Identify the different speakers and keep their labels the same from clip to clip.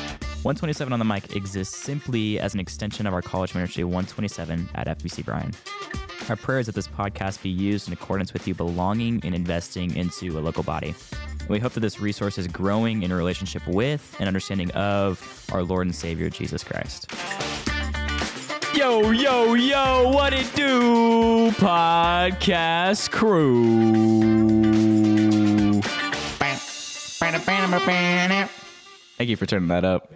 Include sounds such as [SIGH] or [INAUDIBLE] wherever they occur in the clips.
Speaker 1: 127 on the Mic exists simply as an extension of our college ministry 127 at FBC Bryan. Our prayer is that this podcast be used in accordance with you belonging and investing into a local body. And we hope that this resource is growing in a relationship with and understanding of our Lord and Savior Jesus Christ. Yo, yo, yo, what it do, podcast crew? Thank you for turning that up.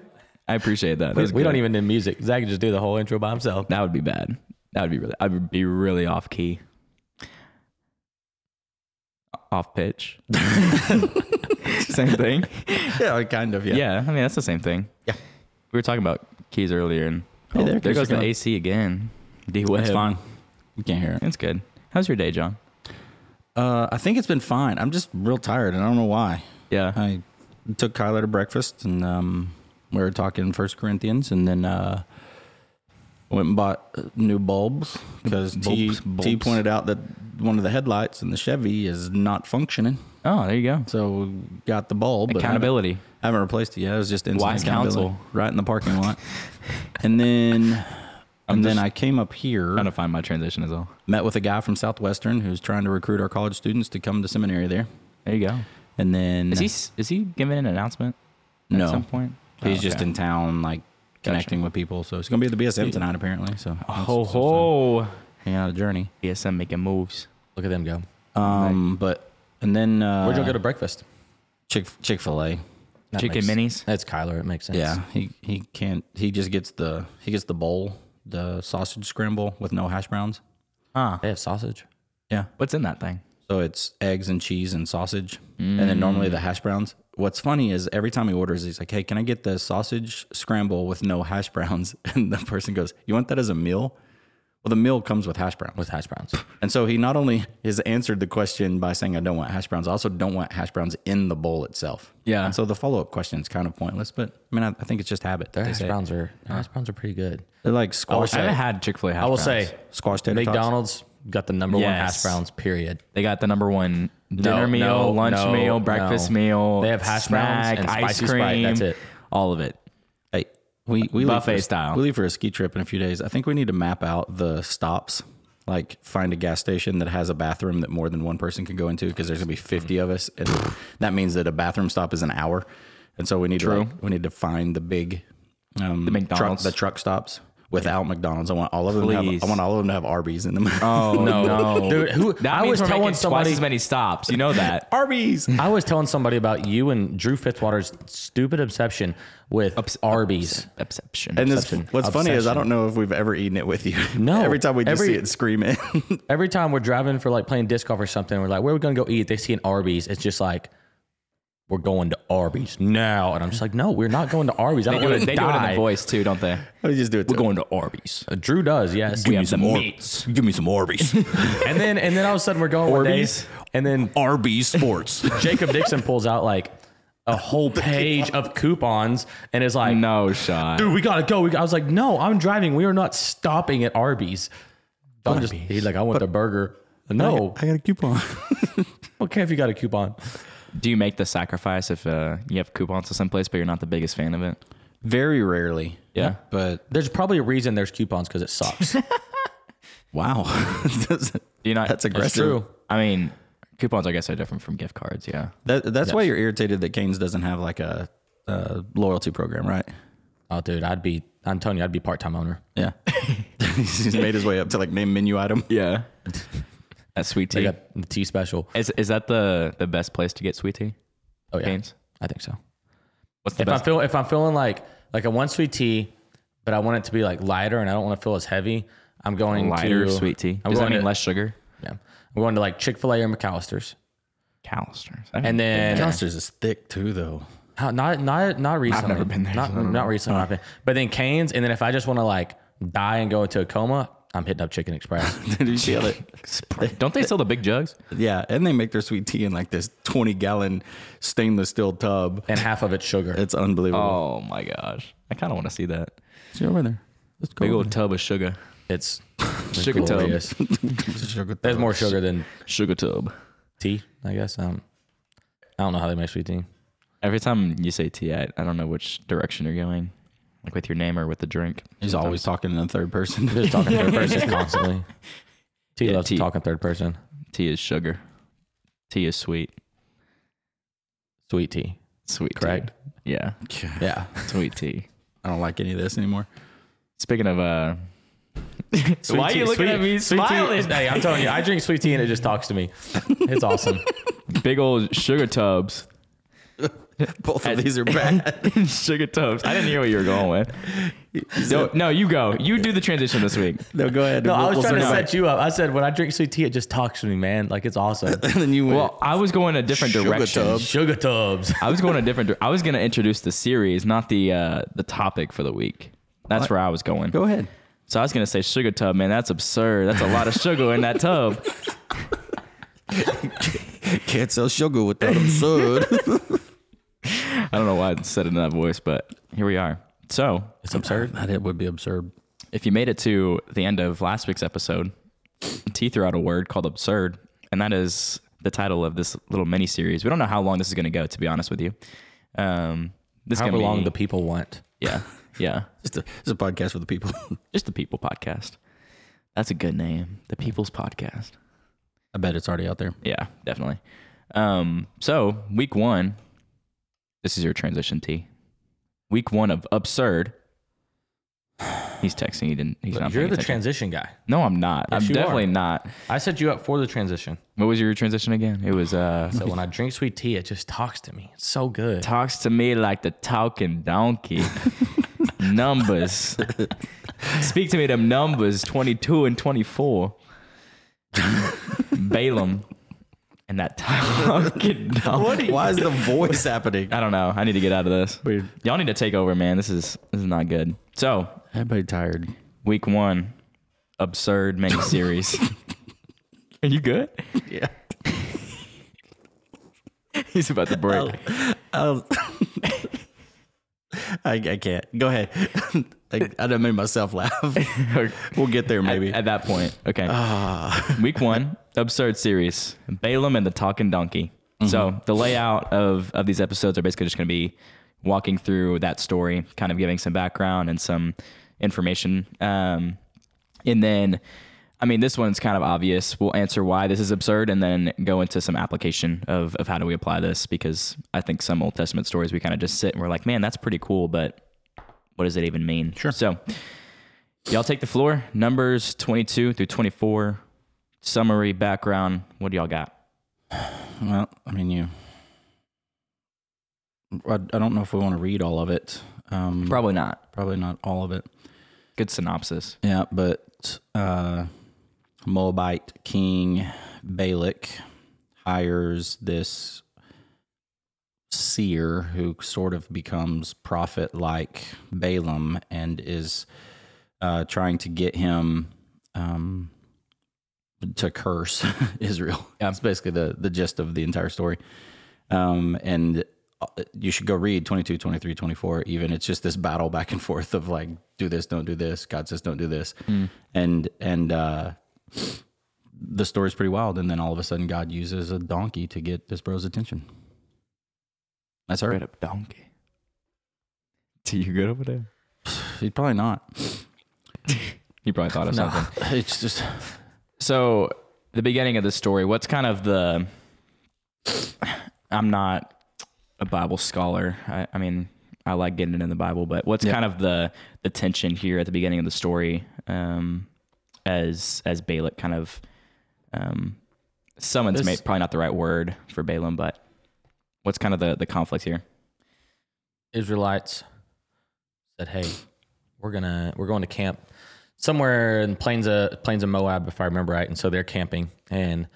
Speaker 1: I appreciate that. That was
Speaker 2: We don't
Speaker 1: good.
Speaker 2: even need music. Zach can just do the whole intro by himself.
Speaker 1: That would be bad. That would be really. I would be really off key, off
Speaker 3: [LAUGHS]
Speaker 1: pitch. same thing.
Speaker 3: [LAUGHS] Yeah, kind of.
Speaker 1: Yeah, I mean that's the same thing.
Speaker 3: Yeah.
Speaker 1: we were talking about keys earlier, and
Speaker 3: Hey,
Speaker 1: oh,
Speaker 3: there
Speaker 1: there,
Speaker 3: keys
Speaker 1: goes
Speaker 3: are
Speaker 1: the
Speaker 3: going.
Speaker 1: AC again. D Web.
Speaker 3: It's fine. You can't hear it.
Speaker 1: It's good. How's your day, John?
Speaker 3: Uh, I think it's been fine. I'm just real tired, and I don't know why.
Speaker 1: Yeah.
Speaker 3: I took Kyler to breakfast, and um, we were talking First Corinthians, and then uh, went and bought uh, new bulbs because T,
Speaker 1: Bulbs, bulbs.
Speaker 3: T pointed out that one of the headlights in the Chevy is not functioning.
Speaker 1: Oh, there you go.
Speaker 3: So we got the bulb. but I haven't-
Speaker 1: Accountability.
Speaker 3: I haven't replaced it yet. It was just instant
Speaker 1: Wise counsel.
Speaker 3: accountability, right in the parking lot.
Speaker 1: [LAUGHS]
Speaker 3: and then, and then I came up here,
Speaker 1: Trying to find my transition as well.
Speaker 3: met with a guy from Southwestern who's trying to recruit our college students to come to seminary there.
Speaker 1: There you go.
Speaker 3: And then
Speaker 1: Is he is he giving an announcement at
Speaker 3: no,
Speaker 1: some point?
Speaker 3: he's
Speaker 1: Oh,
Speaker 3: just
Speaker 1: okay.
Speaker 3: in town like connecting with people. So it's gonna be at the BSM tonight apparently. So
Speaker 1: Ho ho.
Speaker 3: hanging out a journey.
Speaker 1: BSM making moves.
Speaker 2: Look at them go.
Speaker 3: Um, but and then uh,
Speaker 2: Where'd y'all go to breakfast?
Speaker 3: Chick Chick Fil A.
Speaker 2: That
Speaker 1: Chicken
Speaker 2: makes-
Speaker 1: minis?
Speaker 2: That's Uh, Kyler. It makes sense.
Speaker 3: Yeah, he he can't. He just gets the he gets the bowl, the sausage scramble with no hash browns.
Speaker 1: Ah,
Speaker 2: They have sausage.
Speaker 3: Yeah.
Speaker 1: what's in that thing?
Speaker 3: So it's eggs and cheese and sausage, and then normally
Speaker 2: Mm.
Speaker 3: the hash browns. What's funny is every time he orders, he's like, "Hey, can I get the sausage scramble with no hash browns?" [LAUGHS] And the person goes, "You want that as a meal?" Well, the meal comes with hash browns,
Speaker 2: With hash browns.
Speaker 3: and so he not only has answered the question by saying, "I don't want hash browns," I also don't want hash browns in the bowl itself.
Speaker 1: Yeah.
Speaker 3: And so the follow up question is kind of pointless, but I mean, I, I think it's just habit.
Speaker 2: Their
Speaker 3: They
Speaker 2: hash
Speaker 3: say.
Speaker 2: browns are their hash browns are pretty good.
Speaker 3: They're like squash.
Speaker 2: Oh, I haven't
Speaker 1: had Chick Fil A.
Speaker 2: I will say
Speaker 3: Squash tater tots.
Speaker 2: McDonald's got the number one
Speaker 1: Yes.
Speaker 2: hash browns. Period.
Speaker 1: they got the number one
Speaker 2: No,
Speaker 1: dinner meal,
Speaker 2: no,
Speaker 1: lunch
Speaker 2: no,
Speaker 1: meal, breakfast
Speaker 2: no.
Speaker 1: meal.
Speaker 2: They have hash browns
Speaker 1: snack,
Speaker 2: and
Speaker 1: ice
Speaker 2: spicy
Speaker 1: cream.
Speaker 2: Sprite. That's it.
Speaker 1: All of
Speaker 2: [LAUGHS]
Speaker 1: it.
Speaker 3: Hey, we we leave
Speaker 1: Buffet
Speaker 3: for-
Speaker 1: style.
Speaker 3: We leave for a ski trip in a few days. I think we need to map out the stops. Like find a gas station that has a bathroom that more than one person can go into because there's gonna be 50 of us, and that means that a bathroom stop is an hour. And so we need to like, we need to find the big um, the
Speaker 1: McDonald's.
Speaker 3: truck, the truck stops without McDonald's. I want all of them. To
Speaker 1: Please.
Speaker 3: have, I want all of them to have Arby's in them. [LAUGHS]
Speaker 1: Oh no,
Speaker 2: Dude, who-
Speaker 1: That
Speaker 2: I
Speaker 1: means
Speaker 2: was
Speaker 1: we're
Speaker 2: telling
Speaker 1: making
Speaker 2: somebody-
Speaker 1: twice as many stops. You know
Speaker 2: [LAUGHS]
Speaker 1: that.
Speaker 3: Arby's.
Speaker 2: I was telling somebody about you and Drew Fitzwater's stupid obsession with Arby's.
Speaker 1: Exception.
Speaker 3: And this,
Speaker 2: Obsession.
Speaker 3: what's funny is I
Speaker 2: Obsession.
Speaker 3: don't know if we've ever eaten it with you.
Speaker 2: No.
Speaker 3: [LAUGHS] every time we just
Speaker 2: Every-
Speaker 3: see it screaming. [LAUGHS]
Speaker 2: Every time we're driving for like playing disc golf or something, we're like, where are we gonna go eat? They see an Arby's. It's just like, we're going to Arby's now, and I'm just like, no, we're not going to Arby's. I
Speaker 1: they
Speaker 2: don't
Speaker 1: do
Speaker 2: want
Speaker 1: it,
Speaker 2: to
Speaker 1: they do it in the
Speaker 2: die.
Speaker 1: voice too, don't they?
Speaker 3: we just do it. We're
Speaker 1: Going to Arby's.
Speaker 2: Uh, Drew does, yes.
Speaker 1: We have the
Speaker 3: some more-
Speaker 1: meats.
Speaker 3: Give me some Arby's.
Speaker 2: and then and then all of a sudden we're going one day,
Speaker 1: Arby's? Oh.
Speaker 2: and then
Speaker 3: Arby's Sports.
Speaker 2: Jacob Dixon pulls out like
Speaker 1: [LAUGHS]
Speaker 2: a whole page of coupons and is like,
Speaker 1: No shot.
Speaker 2: dude, we gotta go. We- I was like, no, I'm driving. We are not stopping at Arby's. Don just, he's like, I want the burger. No,
Speaker 3: I got a coupon.
Speaker 2: [LAUGHS] okay, if you got a coupon.
Speaker 1: Do you make the sacrifice if uh, you have coupons to someplace, but you're not the biggest fan of it?
Speaker 3: Very rarely.
Speaker 1: Yeah.
Speaker 3: But
Speaker 2: There's probably a reason there's coupons because
Speaker 1: [LAUGHS]
Speaker 2: it sucks.
Speaker 3: wow. [LAUGHS] that's,
Speaker 1: Do you not?
Speaker 3: that's
Speaker 2: That's
Speaker 3: aggressive.
Speaker 2: true.
Speaker 1: I mean, coupons, I guess, are different from gift cards. Yeah.
Speaker 3: That, that's why you're irritated that Canes doesn't have like a, uh loyalty program, right?
Speaker 2: Oh, dude, I'd be. I'm telling you, I'd be part time owner.
Speaker 3: Yeah. [LAUGHS] He's made his way up to like name menu item.
Speaker 1: Yeah. That's sweet
Speaker 2: They
Speaker 1: tea.
Speaker 2: got the tea special.
Speaker 1: Is is that the the best place to get sweet tea?
Speaker 2: Oh yeah,
Speaker 1: Games?
Speaker 2: I think so.
Speaker 1: What's the
Speaker 2: If I'm
Speaker 1: best?
Speaker 2: feel, if I'm feeling like like I want sweet tea, but I want it to be like lighter and I don't want to feel as heavy, I'm going
Speaker 1: lighter
Speaker 2: to,
Speaker 1: sweet tea.
Speaker 2: I'm
Speaker 1: Does that
Speaker 2: going
Speaker 1: mean
Speaker 2: to-
Speaker 1: less sugar?
Speaker 2: Yeah, I'm going to like Chick Fil A or McAllister's,
Speaker 1: Callister's.
Speaker 2: and then
Speaker 3: Monsters is thick too, though.
Speaker 2: How- not not not recently.
Speaker 1: never been there,
Speaker 2: Not
Speaker 1: so I don't
Speaker 2: not recently. not been- But then Canes, and then if I just want to like die and go into a coma, I'm hitting up Chicken Express.
Speaker 3: [LAUGHS] Did you feel it?
Speaker 1: don't they sell the big
Speaker 2: [LAUGHS]
Speaker 1: jugs?
Speaker 3: Yeah. And they make their sweet tea in like this 20 gallon stainless steel tub.
Speaker 2: and half of it's sugar.
Speaker 3: It's unbelievable.
Speaker 1: Oh my gosh, I kind of want to see that
Speaker 3: See over there. Let's go.
Speaker 1: big old tub of sugar.
Speaker 2: [LAUGHS] It's
Speaker 1: Sugar tub.
Speaker 2: glorious. There's more sugar than
Speaker 1: Sugar tub.
Speaker 2: tea, I guess. Um, I don't know how they make sweet tea.
Speaker 1: Every time you say tea, I, I don't know which direction you're going. like with your name or with the drink.
Speaker 3: He's always talking in the third person. [LAUGHS]
Speaker 2: Just talking
Speaker 1: [LAUGHS]
Speaker 2: third person constantly. T
Speaker 1: Yeah,
Speaker 2: loves
Speaker 1: T.
Speaker 2: to talk in third person.
Speaker 1: Tea is sugar. Tea is sweet.
Speaker 2: Sweet T.
Speaker 1: Sweet. tea.
Speaker 2: Correct.
Speaker 1: Yeah.
Speaker 3: yeah,
Speaker 1: Sweet
Speaker 2: [LAUGHS]
Speaker 1: tea.
Speaker 3: I don't like any of this anymore.
Speaker 1: Speaking of uh, why are
Speaker 2: Sweet
Speaker 1: you
Speaker 2: tea-
Speaker 1: looking at me
Speaker 2: sweet tea-
Speaker 1: smiling?
Speaker 2: Hey, I'm telling you, I drink sweet tea and it just talks to me. It's awesome.
Speaker 1: Big old sugar tubs.
Speaker 3: Both of [LAUGHS]
Speaker 1: [LAUGHS]
Speaker 3: these are bad.
Speaker 1: sugar tubs. I didn't hear what you were going
Speaker 3: [LAUGHS]
Speaker 1: with. No, no, you go. You do the transition this week.
Speaker 3: no, go ahead.
Speaker 2: [LAUGHS] No,
Speaker 3: We'll-
Speaker 2: I was
Speaker 3: we'll
Speaker 2: trying to
Speaker 3: circle back.
Speaker 2: set you up. I said when I drink sweet tea, it just talks to me, man. Like it's awesome.
Speaker 3: And then you went.
Speaker 1: Well, I was going a different
Speaker 3: Sugar
Speaker 1: direction.
Speaker 2: [LAUGHS]
Speaker 3: tub.
Speaker 2: Sugar tubs.
Speaker 1: I was going a different. dir- I was going to introduce the series, not the uh, the topic for the week. That's where I was going.
Speaker 3: go ahead.
Speaker 1: So I was going to say sugar tub, man. That's absurd. That's a lot of sugar in that tub.
Speaker 3: Can't sell sugar without [LAUGHS] absurd.
Speaker 1: I don't know why I said it in that voice, but here we are. So
Speaker 2: It's absurd.
Speaker 3: that it would be absurd.
Speaker 1: if you made it to the end of last week's episode, T threw out a word called absurd, and that is the title of this little mini series. We don't know how long this is going to go, to be honest with you. Um, this is going
Speaker 2: However
Speaker 1: to be
Speaker 2: long the people want. [LAUGHS]
Speaker 1: yeah, yeah,
Speaker 3: It's a, it's a podcast for the people. [LAUGHS]
Speaker 1: just the People Podcast. That's a good name, the People's Podcast.
Speaker 3: I bet it's already out there.
Speaker 1: Yeah, definitely. Um, so week one, this is your transition T. Week one of absurd. [SIGHS] He's texting. He didn't. He's not.
Speaker 2: You're
Speaker 1: paying
Speaker 2: the
Speaker 1: attention.
Speaker 2: transition guy.
Speaker 1: no, I'm not.
Speaker 2: Yes,
Speaker 1: I'm
Speaker 2: you are.
Speaker 1: definitely not.
Speaker 2: I set you up for the transition.
Speaker 1: What was your transition again? It was uh
Speaker 2: So when I drink sweet tea, it just talks to me. It's so good.
Speaker 1: talks to me like the talking [LAUGHS] donkey. numbers. Speak to me them numbers 22 and 24. Balaam and that [LAUGHS] talking donkey.
Speaker 3: Why is the voice happening?
Speaker 1: I don't know. I need to get out of this.
Speaker 3: Weird.
Speaker 1: Y'all need to take over, man. This is this is not good. So,
Speaker 3: Everybody tired.
Speaker 1: week 1 absurd miniseries. [LAUGHS] Are you good?
Speaker 3: [LAUGHS] Yeah.
Speaker 1: He's about to break.
Speaker 3: I, [LAUGHS] I can't. Go ahead. [LAUGHS] I, I done made myself laugh. [LAUGHS]
Speaker 1: Oh.
Speaker 3: We'll get there maybe.
Speaker 1: At that point. Okay. [LAUGHS] Week one, absurd series. Balaam and the Talking Donkey. So the layout of, of these episodes are basically just going to be walking through that story, kind of giving some background and some information. Um, and then, I mean, this one's kind of obvious. We'll answer why this is absurd and then go into some application of, of how do we apply this because I think some Old Testament stories we kind of just sit and we're like, man, that's pretty cool, but what does it even mean? Sure. So y'all take the floor. Numbers 22 through 24, summary, background. What do y'all got?
Speaker 3: Well, I mean, you. I, I don't know if we want to read all of it. Um,
Speaker 1: Probably not.
Speaker 3: probably not all of it.
Speaker 1: Good synopsis.
Speaker 3: Yeah, but uh, Moabite king Balak hires this seer who sort of becomes prophet like Balaam and is uh, trying to get him um, to curse [LAUGHS] Israel. That's basically the, the gist of the entire story. Um, and uh, you should go read 22, 23, 24, even. It's just this battle back and forth of like, do this, don't do this. God says, don't do this.
Speaker 2: Hmm.
Speaker 3: And, and, uh, the story's pretty wild. And then all of a sudden, God uses a donkey to get this bro's attention. That's her.
Speaker 1: up donkey. [LAUGHS] Do you good over there?
Speaker 3: He's probably not.
Speaker 1: You probably [LAUGHS] thought of something.
Speaker 3: It's just,
Speaker 1: So the beginning of the story, what's kind of the I'm not a Bible scholar. I, I mean, I like getting into the Bible, but what's kind of the the tension here at the beginning of the story, um, as as Balak kind of um summons
Speaker 3: This-
Speaker 1: may probably not the right word for Balaam, but what's kind of the, the conflict here?
Speaker 2: Israelites said, "Hey, we're gonna we're going to camp somewhere in plains of plains of Moab, if I remember right." And so they're camping, and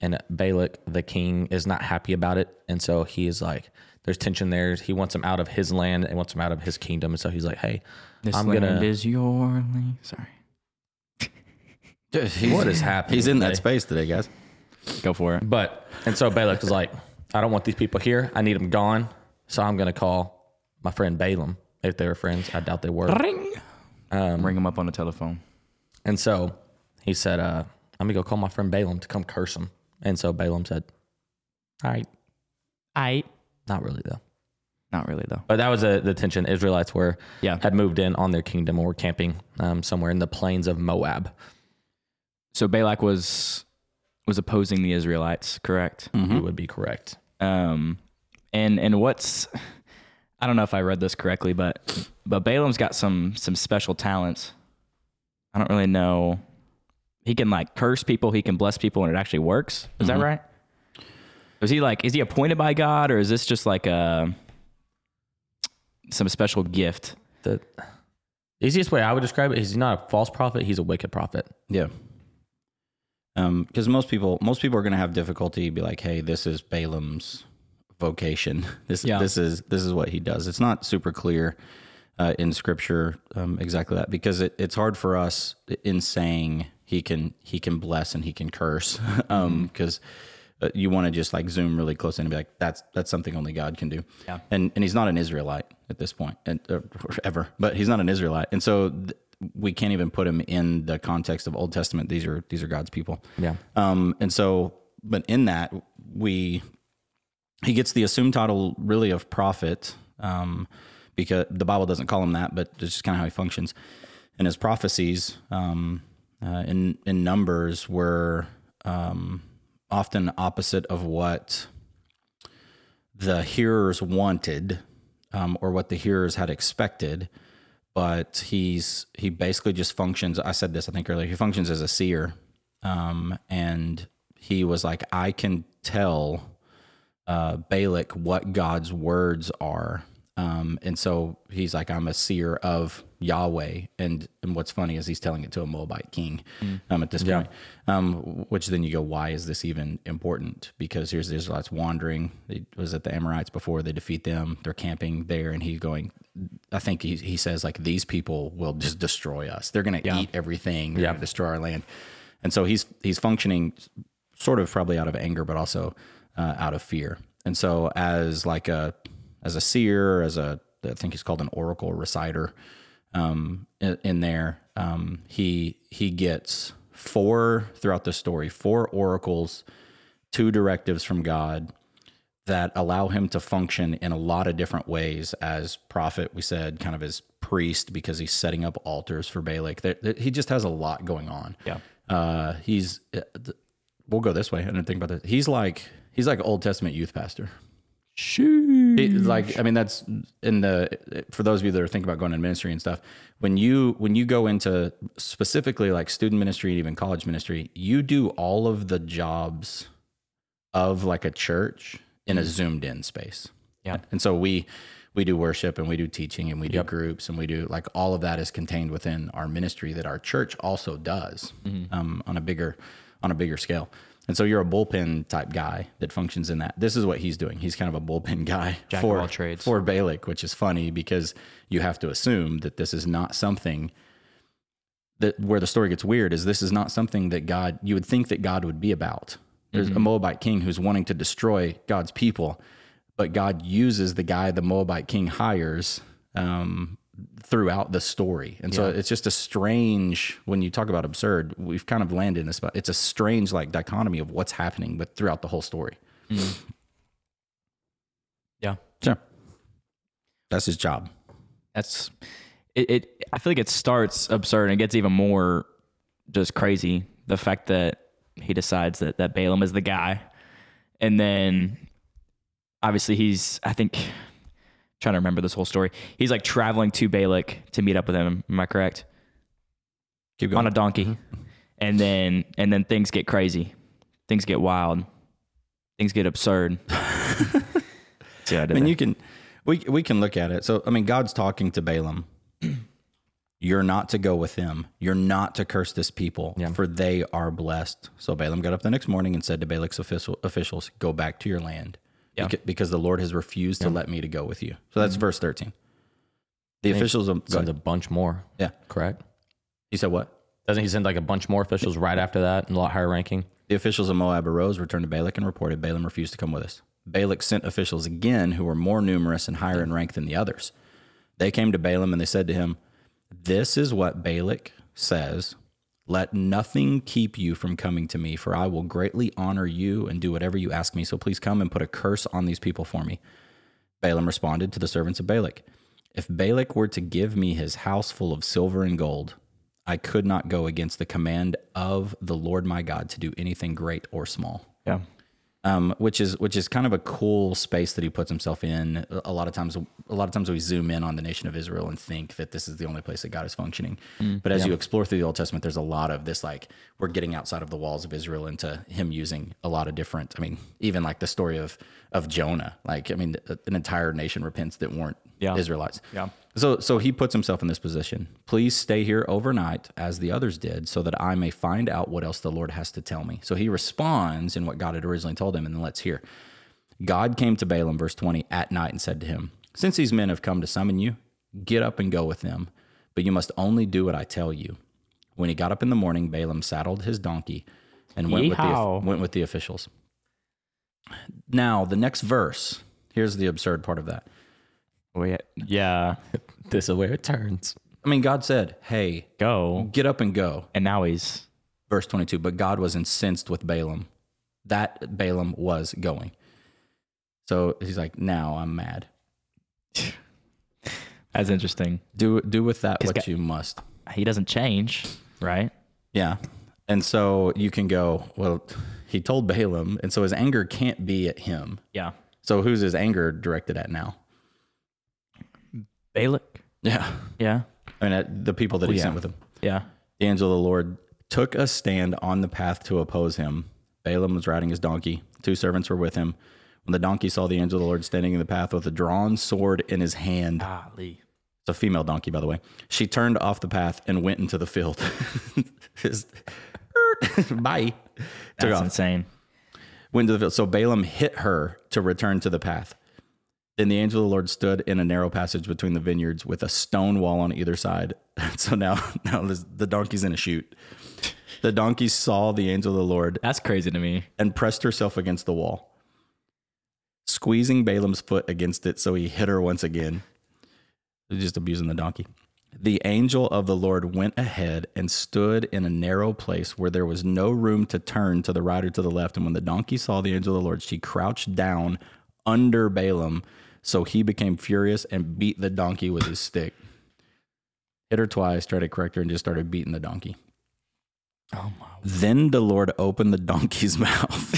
Speaker 2: and Balak the king is not happy about it, and so he is like, "There's tension there. He wants him out of his land and wants him out of his kingdom." And so he's like, "Hey, I'm gonna."
Speaker 1: is your land. Sorry.
Speaker 3: he's,
Speaker 2: What is happening
Speaker 3: He's in that
Speaker 2: today?
Speaker 3: space today, guys.
Speaker 1: Go for it.
Speaker 2: But and so Balak is like, "I don't want these people here. I need them gone." So I'm gonna call my friend Balaam if they were friends. I doubt they were.
Speaker 1: Ring. Ring him up on the telephone.
Speaker 2: And so he said, uh, let me go call my friend Balaam to come curse him. And so Balaam said, All right,
Speaker 1: I
Speaker 2: not really though.
Speaker 1: Not really though.
Speaker 2: But that was a, the tension. Israelites were
Speaker 1: Yeah.
Speaker 2: had moved in on their kingdom or were camping um, somewhere in the plains of Moab.
Speaker 1: So Balak was was opposing the Israelites, correct?
Speaker 2: You would be correct.
Speaker 1: Um, and and what's I don't know if I read this correctly, but but Balaam's got some some special talents. I don't really know. He can like curse people. He can bless people, and it actually works. Is that right? Is he like is he appointed by God, or is this just like a some special gift?
Speaker 2: The easiest way I would describe it is he's not a false prophet. He's a wicked prophet.
Speaker 3: Yeah. Um, because most people, most people are going to have difficulty. Be like, hey, this is Balaam's vocation. [LAUGHS] This,
Speaker 1: Yeah.
Speaker 3: this is this is what he does. It's not super clear uh, in Scripture um, exactly that because it, it's hard for us in saying he can he can bless and he can curse [LAUGHS] because
Speaker 1: Mm-hmm.
Speaker 3: you want to just like zoom really close in and be like, that's that's something only God can do.
Speaker 1: Yeah.
Speaker 3: And and he's not an Israelite at this point and or [LAUGHS] ever, but he's not an Israelite, and so. Th- we can't even put him in the context of Old Testament. These are these are God's people.
Speaker 2: Yeah.
Speaker 3: Um, and so, but in that, we he gets the assumed title really of prophet um, because the Bible doesn't call him that, but it's just kind of how he functions. And his prophecies um, uh, in in numbers were um, often opposite of what the hearers wanted um, or what the hearers had expected but he's he basically just functions i said this i think earlier he functions as a seer um, and he was like i can tell uh, balak what god's words are um, and so he's like i'm a seer of yahweh and, and what's funny is he's telling it to a moabite king um, at this point um, which then you go why is this even important because here's the israelites wandering it was at the amorites before they defeat them they're camping there and he's going I think he, he says like these people will just destroy us. They're going to eat everything. They're
Speaker 2: Yeah.
Speaker 3: going to destroy our land. And so he's he's functioning sort of probably out of anger, but also uh, out of fear. And so as like a as a seer, as a I think he's called an oracle reciter um, in, in there. Um, he he gets four throughout the story, four oracles, two directives from God that allow him to function in a lot of different ways as prophet. We said kind of as priest because he's setting up altars for Balak. There, there- he just has a lot going on.
Speaker 1: Yeah.
Speaker 3: uh, he's. uh, th- We'll go this way. I didn't think about this. He's like he's like Old Testament youth pastor. It- like I mean, that's in the for those of you that are thinking about going in ministry and stuff. When you when you go into specifically like student ministry and even college ministry, you do all of the jobs of like a church in a zoomed in space.
Speaker 1: Mm. Yeah.
Speaker 3: And so we we do worship and we do teaching and we do groups and we do like all of that is contained within our ministry that our church also does
Speaker 1: Mm-hmm.
Speaker 3: um, on a bigger on a bigger scale. And so you're a bullpen type guy that functions in that. This is what he's doing. He's kind of a bullpen [LAUGHS] guy
Speaker 1: Jack of
Speaker 3: for
Speaker 1: all trades.
Speaker 3: for Balik, which is funny because you have to assume that this is not something that where the story gets weird is this is not something that God you would think that God would be about. There's a Moabite king who's wanting to destroy God's people, but God uses the guy the Moabite king hires um, throughout the story, and so it's just a strange when you talk about absurd. We've kind of landed in this, but it's a strange like dichotomy of what's happening, but throughout the whole story.
Speaker 1: Yeah.
Speaker 3: Sure, that's his job.
Speaker 1: that's it, it i feel like it starts absurd and it gets even more just crazy the fact that he decides that that balaam is the guy and then obviously he's i think trying to remember this whole story he's like traveling to balak to meet up with him am i correct
Speaker 3: Keep
Speaker 1: on a donkey
Speaker 3: Mm-hmm.
Speaker 1: and then and then things get crazy things get wild things get
Speaker 3: [LAUGHS]
Speaker 1: absurd yeah I did
Speaker 3: I mean,
Speaker 1: that.
Speaker 3: you can we we can look at it. So I mean, God's talking to Balaam. [CLEARS THROAT] You're not to go with them. You're not to curse this people, for they are blessed. So Balaam got up the next morning and said to Balak's official, officials, "Go back to your land,
Speaker 1: Yeah.
Speaker 3: beca- because the Lord has refused to let me to go with you." So that's verse thirteen. The officials, of,
Speaker 2: Sends a bunch more.
Speaker 3: yeah,
Speaker 2: Correct.
Speaker 3: he said what?
Speaker 2: Doesn't he send like a bunch more officials right after that and a lot higher ranking?
Speaker 3: The officials of Moab arose, returned to Balak, and reported Balaam refused to come with us. Balak sent officials again who were more numerous and higher in rank than the others. They came to Balaam and they said to him, This is what Balak says. Let nothing keep you from coming to me, for I will greatly honor you and do whatever you ask me. So please come and put a curse on these people for me. Balaam responded to the servants of Balak, If Balak were to give me his house full of silver and gold, I could not go against the command of the Lord my God to do anything great or small
Speaker 1: Yeah.
Speaker 3: um, which is which is kind of a cool space that he puts himself in. A lot of times, a lot of times we zoom in on the nation of Israel and think that this is the only place that God is functioning.
Speaker 1: Mm,
Speaker 3: but as you explore through the Old Testament, there's a lot of this like we're getting outside of the walls of Israel into Him using a lot of different. I mean, even like the story of of Jonah. Like, I mean, an entire nation repents that weren't
Speaker 1: Yeah.
Speaker 3: Israelites.
Speaker 1: Yeah.
Speaker 3: So so he puts himself in this position. Please stay here overnight as the others did so that I may find out what else the Lord has to tell me. So he responds in what God had originally told him and then let's hear. God came to Balaam verse 20 at night and said to him, "Since these men have come to summon you, get up and go with them, but you must only do what I tell you." When he got up in the morning, Balaam saddled his donkey and went with the
Speaker 1: Yeehaw.
Speaker 3: went with the officials. Now, the next verse, here's the absurd part of that.
Speaker 1: Oh, yeah. Yeah.
Speaker 2: This is where it turns.
Speaker 3: I mean, God said, "Hey,
Speaker 1: Go.
Speaker 3: get up and go.
Speaker 1: And now he's
Speaker 3: Verse 22, but God was incensed with Balaam that Balaam was going. So he's like, now I'm mad.
Speaker 1: that's interesting.
Speaker 3: Do do with that what
Speaker 1: God-
Speaker 3: you must.
Speaker 1: He doesn't change, right?
Speaker 3: Yeah. And so you can go, well, he told Balaam, and so his anger can't be at him.
Speaker 1: Yeah.
Speaker 3: So who's his anger directed at now?
Speaker 1: Balak.
Speaker 3: Yeah.
Speaker 1: Yeah.
Speaker 3: I mean, at the people that he sent with him.
Speaker 1: Yeah.
Speaker 3: The angel of the Lord took a stand on the path to oppose him. Balaam was riding his donkey. Two servants were with him. When the donkey saw the angel of the Lord standing in the path with a drawn sword in his hand,
Speaker 1: Golly.
Speaker 3: it's a female donkey, by the way, she turned off the path and went into the field. [LAUGHS] Just, [LAUGHS] Bye. Took
Speaker 1: That's
Speaker 3: off.
Speaker 1: insane.
Speaker 3: Went to the field. So Balaam hit her to return to the path. Then the angel of the Lord stood in a narrow passage between the vineyards with a stone wall on either side. [LAUGHS] So now, now this, the donkey's in a chute. The donkey saw the angel of the Lord
Speaker 1: That's crazy to [LAUGHS] me.
Speaker 3: and pressed herself against the wall, squeezing Balaam's foot against it, so he hit her once again. Just abusing the donkey. The angel of the Lord went ahead and stood in a narrow place where there was no room to turn to the right or to the left. And when the donkey saw the angel of the Lord, she crouched down under Balaam. So he became furious and beat the donkey with his stick. Hit her twice, tried to correct her, and just started beating the donkey.
Speaker 1: Oh my.
Speaker 3: Then the Lord opened the donkey's [LAUGHS] mouth.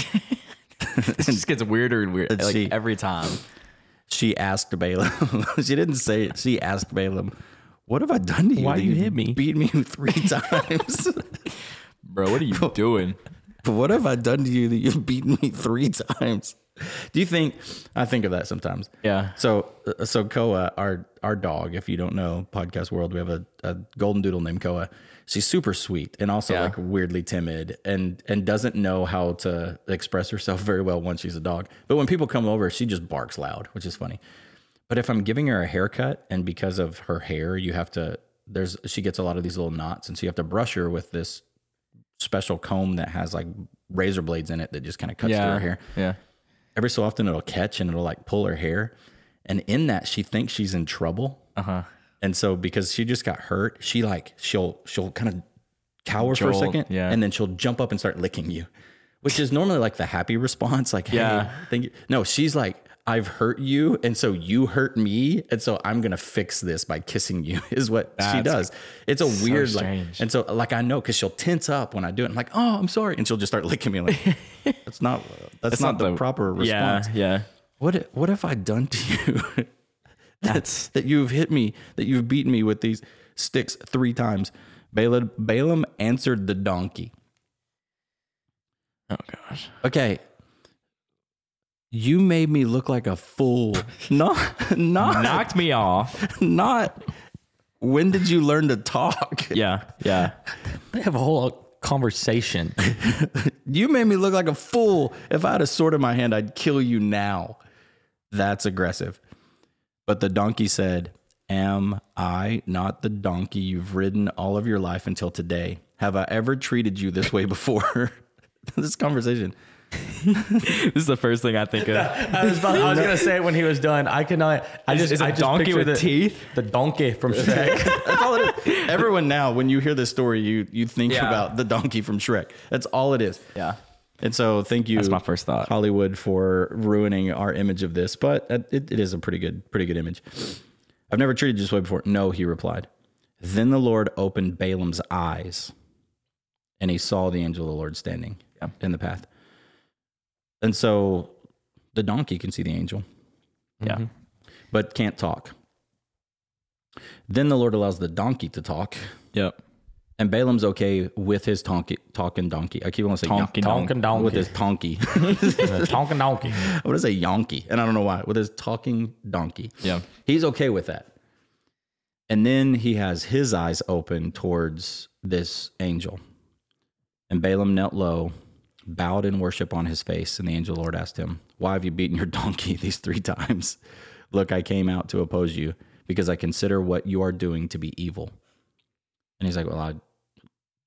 Speaker 1: It just gets weirder and weirder.
Speaker 3: Let's
Speaker 1: Like
Speaker 3: see.
Speaker 1: every time.
Speaker 3: she asked Balaam. [LAUGHS] she didn't say it. She asked Balaam, "What have I done to you?
Speaker 2: Why
Speaker 3: that
Speaker 2: you hit me?"
Speaker 3: Beat
Speaker 2: [LAUGHS]
Speaker 3: me three times. [LAUGHS]
Speaker 1: Bro, what are [LAUGHS] you doing?
Speaker 3: but what have I done to you that you've beaten me three [LAUGHS] times?" Do you think I think of that sometimes?
Speaker 1: Yeah.
Speaker 3: So uh, so Koa, our our dog, if you don't know podcast world, we have a, a golden doodle named Koa. She's super sweet and also
Speaker 1: Yeah.
Speaker 3: like weirdly timid and and doesn't know how to express herself very well once she's a dog. But when people come over, she just barks loud, which is funny. But if I'm giving her a haircut and because of her hair, you have to there's she gets a lot of these little knots and so you have to brush her with this special comb that has like razor blades in it that just kind of cuts through her hair
Speaker 1: Yeah.
Speaker 3: every so often it'll catch and it'll like pull her hair. And in that, she thinks she's in trouble.
Speaker 1: Uh huh.
Speaker 3: And so because she just got hurt, she like she'll she'll kind of cower for
Speaker 1: Jolt,
Speaker 3: a second,
Speaker 1: yeah.
Speaker 3: and then she'll jump up and start licking you, which is normally like the happy response, like
Speaker 1: Yeah.
Speaker 3: yeah, thank you. No, she's like. I've hurt you, and so you hurt me, and so I'm gonna fix this by kissing you. [LAUGHS] Is what she does. It's a weird,
Speaker 1: strange.
Speaker 3: like, and so like I know because she'll tense up when I do it. I'm like, oh, I'm sorry, and she'll just start licking me. Like that's not that's, not,
Speaker 1: not
Speaker 3: the,
Speaker 1: the-
Speaker 3: proper
Speaker 1: Yeah.
Speaker 3: response
Speaker 1: Yeah.
Speaker 3: what what have I done to you [LAUGHS]
Speaker 1: That's
Speaker 3: that you've hit me, that you've beaten me with these sticks three times? Balaam, Balaam answered the donkey.
Speaker 1: oh gosh.
Speaker 3: Okay. You made me look like a [LAUGHS] fool. Not, not, not,
Speaker 1: Knocked me off.
Speaker 3: not. When did you learn to talk?
Speaker 1: [LAUGHS] Yeah. Yeah.
Speaker 2: They have a whole conversation.
Speaker 3: You made me look like a fool. If I had a sword in my hand, I'd kill you now. That's aggressive. But the donkey said, Am I not the donkey you've ridden all of your life until today? Have I ever treated you this way before? [LAUGHS] this conversation.
Speaker 1: [LAUGHS] This is the first thing I [LAUGHS] think of.
Speaker 2: I was, about, I was gonna say it when he was done. I cannot. I just
Speaker 1: is it
Speaker 2: I just
Speaker 1: donkey
Speaker 2: picture
Speaker 1: with
Speaker 2: the,
Speaker 1: teeth?
Speaker 2: The donkey from
Speaker 1: [LAUGHS]
Speaker 2: Shrek.
Speaker 3: That's all it is. Everyone now, when you hear this story, you you think
Speaker 1: Yeah.
Speaker 3: about the donkey from Shrek. That's all it is.
Speaker 1: Yeah.
Speaker 3: And so thank you,
Speaker 1: That's my first thought.
Speaker 3: Hollywood, for ruining our image of this. But uh, it, it is a pretty good, pretty good image. I've never treated you this way before. No, he replied. Then the Lord opened Balaam's eyes, and he saw the angel of the Lord standing
Speaker 1: Yeah.
Speaker 3: in the path. And so the donkey can see the angel
Speaker 1: Yeah.
Speaker 3: but can't talk. Then the Lord allows the donkey to talk,
Speaker 1: Yep.
Speaker 3: and Balaam's okay with his donkey, talking donkey. I keep on saying
Speaker 1: Tonkin
Speaker 2: Tonkin
Speaker 3: yon- with
Speaker 2: donkey.
Speaker 3: his [LAUGHS] donkey.
Speaker 2: Tonkin donkey.
Speaker 3: I want to say yonky, and I don't know why. With his talking donkey,
Speaker 1: Yeah.
Speaker 3: he's okay with that. And then he has his eyes open towards this angel, and Balaam knelt low, bowed in worship on his face, and the angel of the Lord asked him, "Why have you beaten your [LAUGHS] donkey these three times? Look, I came out to oppose you because I consider what you are doing to be evil." And he's like, "Well, I."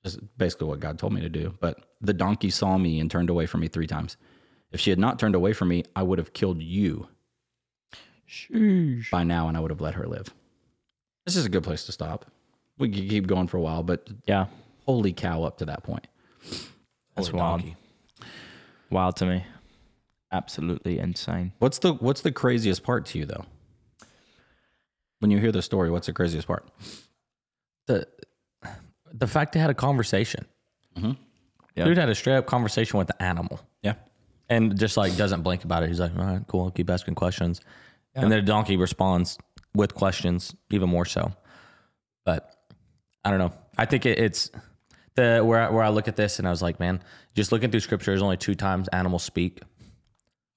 Speaker 3: This is basically what God told me to do. But the donkey saw me and turned away from me three times. If she had not turned away from me, I would have killed you by now and I would have let her live. This is a good place to stop. We could keep going for a while, but
Speaker 1: Yeah.
Speaker 3: holy cow, up to that point.
Speaker 1: That's
Speaker 2: Holy
Speaker 1: wild.
Speaker 2: donkey.
Speaker 1: Wild to me. Absolutely insane.
Speaker 3: What's the what's the craziest part to you though? When you hear the story, what's the craziest part?
Speaker 2: The the fact they had a conversation.
Speaker 1: Yeah.
Speaker 2: Dude had a straight up conversation with the animal.
Speaker 3: Mm-hmm. Yeah.
Speaker 2: and just like doesn't blink about it. He's like, all right, cool. I'll keep asking questions. And then the donkey responds with questions, even more so. But I don't know. I think it, it's the where I, where I look at this and I was like, man, just looking through scripture, there's only two times animals speak.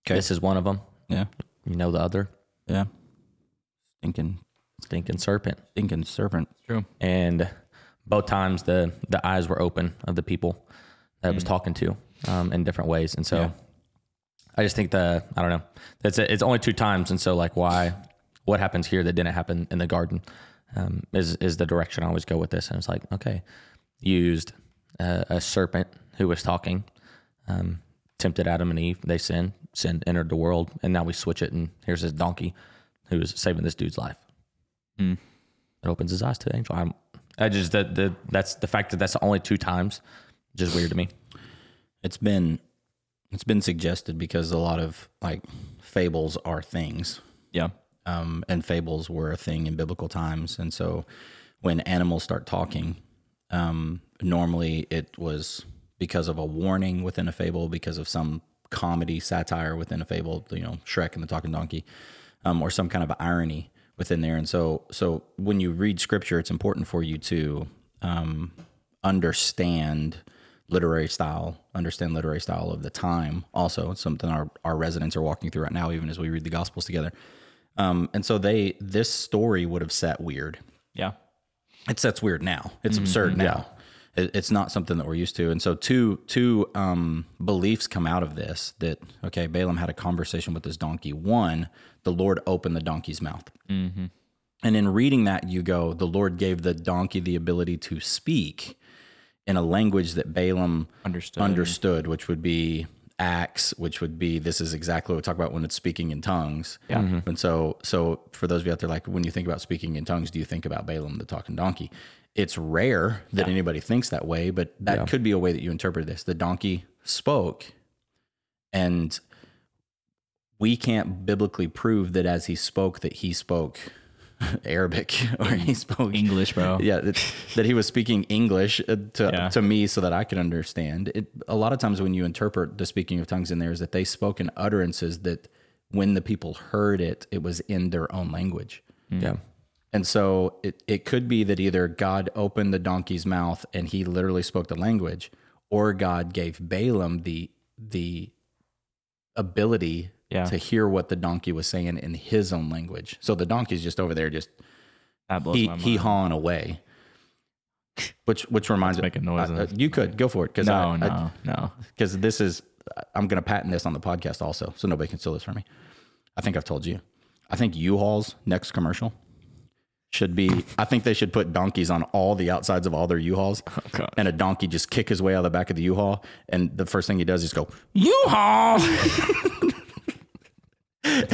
Speaker 3: Okay.
Speaker 2: This is one of them.
Speaker 3: Yeah.
Speaker 2: You know the other
Speaker 3: Yeah. Stinking
Speaker 2: stinking serpent.
Speaker 3: stinking serpent.
Speaker 1: True.
Speaker 2: And both times the the eyes were open of the people that I was talking to um, in different ways. And so
Speaker 3: Yeah.
Speaker 2: I just think the I don't know. That's it. It's only two times, and so like why what happens here that didn't happen in the garden um, is is the direction I always go with this. And it's like okay, you used a, a serpent who was talking, um, tempted Adam and Eve. They sinned. Sin entered the world, and now we switch it. And here's this donkey who is saving this dude's life.
Speaker 1: Hmm.
Speaker 2: It opens his eyes to the angel. I'm, I just that the that's the fact that that's the only two times, just weird to me.
Speaker 3: it's been it's been suggested because a lot of like fables are things
Speaker 1: Yeah.
Speaker 3: um, and fables were a thing in biblical times and so when animals start talking um, normally it was because of a warning within a fable because of some comedy satire within a fable you know shrek and the talking donkey um, or some kind of irony within there and so so when you read scripture it's important for you to um, understand literary style, understand literary style of the time. Also, it's something our, our residents are walking through right now, even as we read the Gospels together. Um, and so they this story would have set weird.
Speaker 1: Yeah.
Speaker 3: It sets weird now. It's absurd now. It, it's not something that we're used to. And so two two um, beliefs come out of this that okay, Balaam had a conversation with this donkey. One, the Lord opened the donkey's mouth. And in reading that, you go, the Lord gave the donkey the ability to speak in a language that Balaam
Speaker 1: Understood.
Speaker 3: understood, which would be acts, which would be this is exactly what we talk about when it's speaking in tongues. Yeah. And so so for those of you out there like when you think about speaking in tongues, do you think about Balaam the talking donkey? It's rare that anybody thinks that way, but that could be a way that you interpret this. The donkey spoke and we can't biblically prove that as he spoke that he spoke [LAUGHS] Arabic or he spoke
Speaker 1: English, bro.
Speaker 3: yeah, that, that he was speaking English uh, to
Speaker 1: Oh. Yeah.
Speaker 3: to me so that I could understand. It, a lot of times when you interpret the speaking of tongues in there is that they spoke in utterances that when the people heard it, it was in their own language.
Speaker 2: Yeah,
Speaker 3: And so it, it could be that either God opened the donkey's mouth and he literally spoke the language, or God gave Balaam the the ability
Speaker 1: Yeah.
Speaker 3: to hear what the donkey was saying in his own language. So the donkey's just over there just
Speaker 1: That blows
Speaker 3: he
Speaker 1: my mind.
Speaker 3: he hawing away. Which which reminds me,
Speaker 1: make a noise
Speaker 3: I-
Speaker 1: in
Speaker 3: I-
Speaker 1: this.
Speaker 3: you could go for it because
Speaker 1: no, no, no.
Speaker 3: because this is I'm going to patent this on the podcast also, so nobody can steal this from me. I think I've told you. I think U-Haul's next commercial should be. I think they should put donkeys on all the outsides of all their U-Hauls,
Speaker 1: God.
Speaker 3: and a donkey just kick his way out of the back of the U-Haul, and the first thing he does is go,
Speaker 1: U-Haul.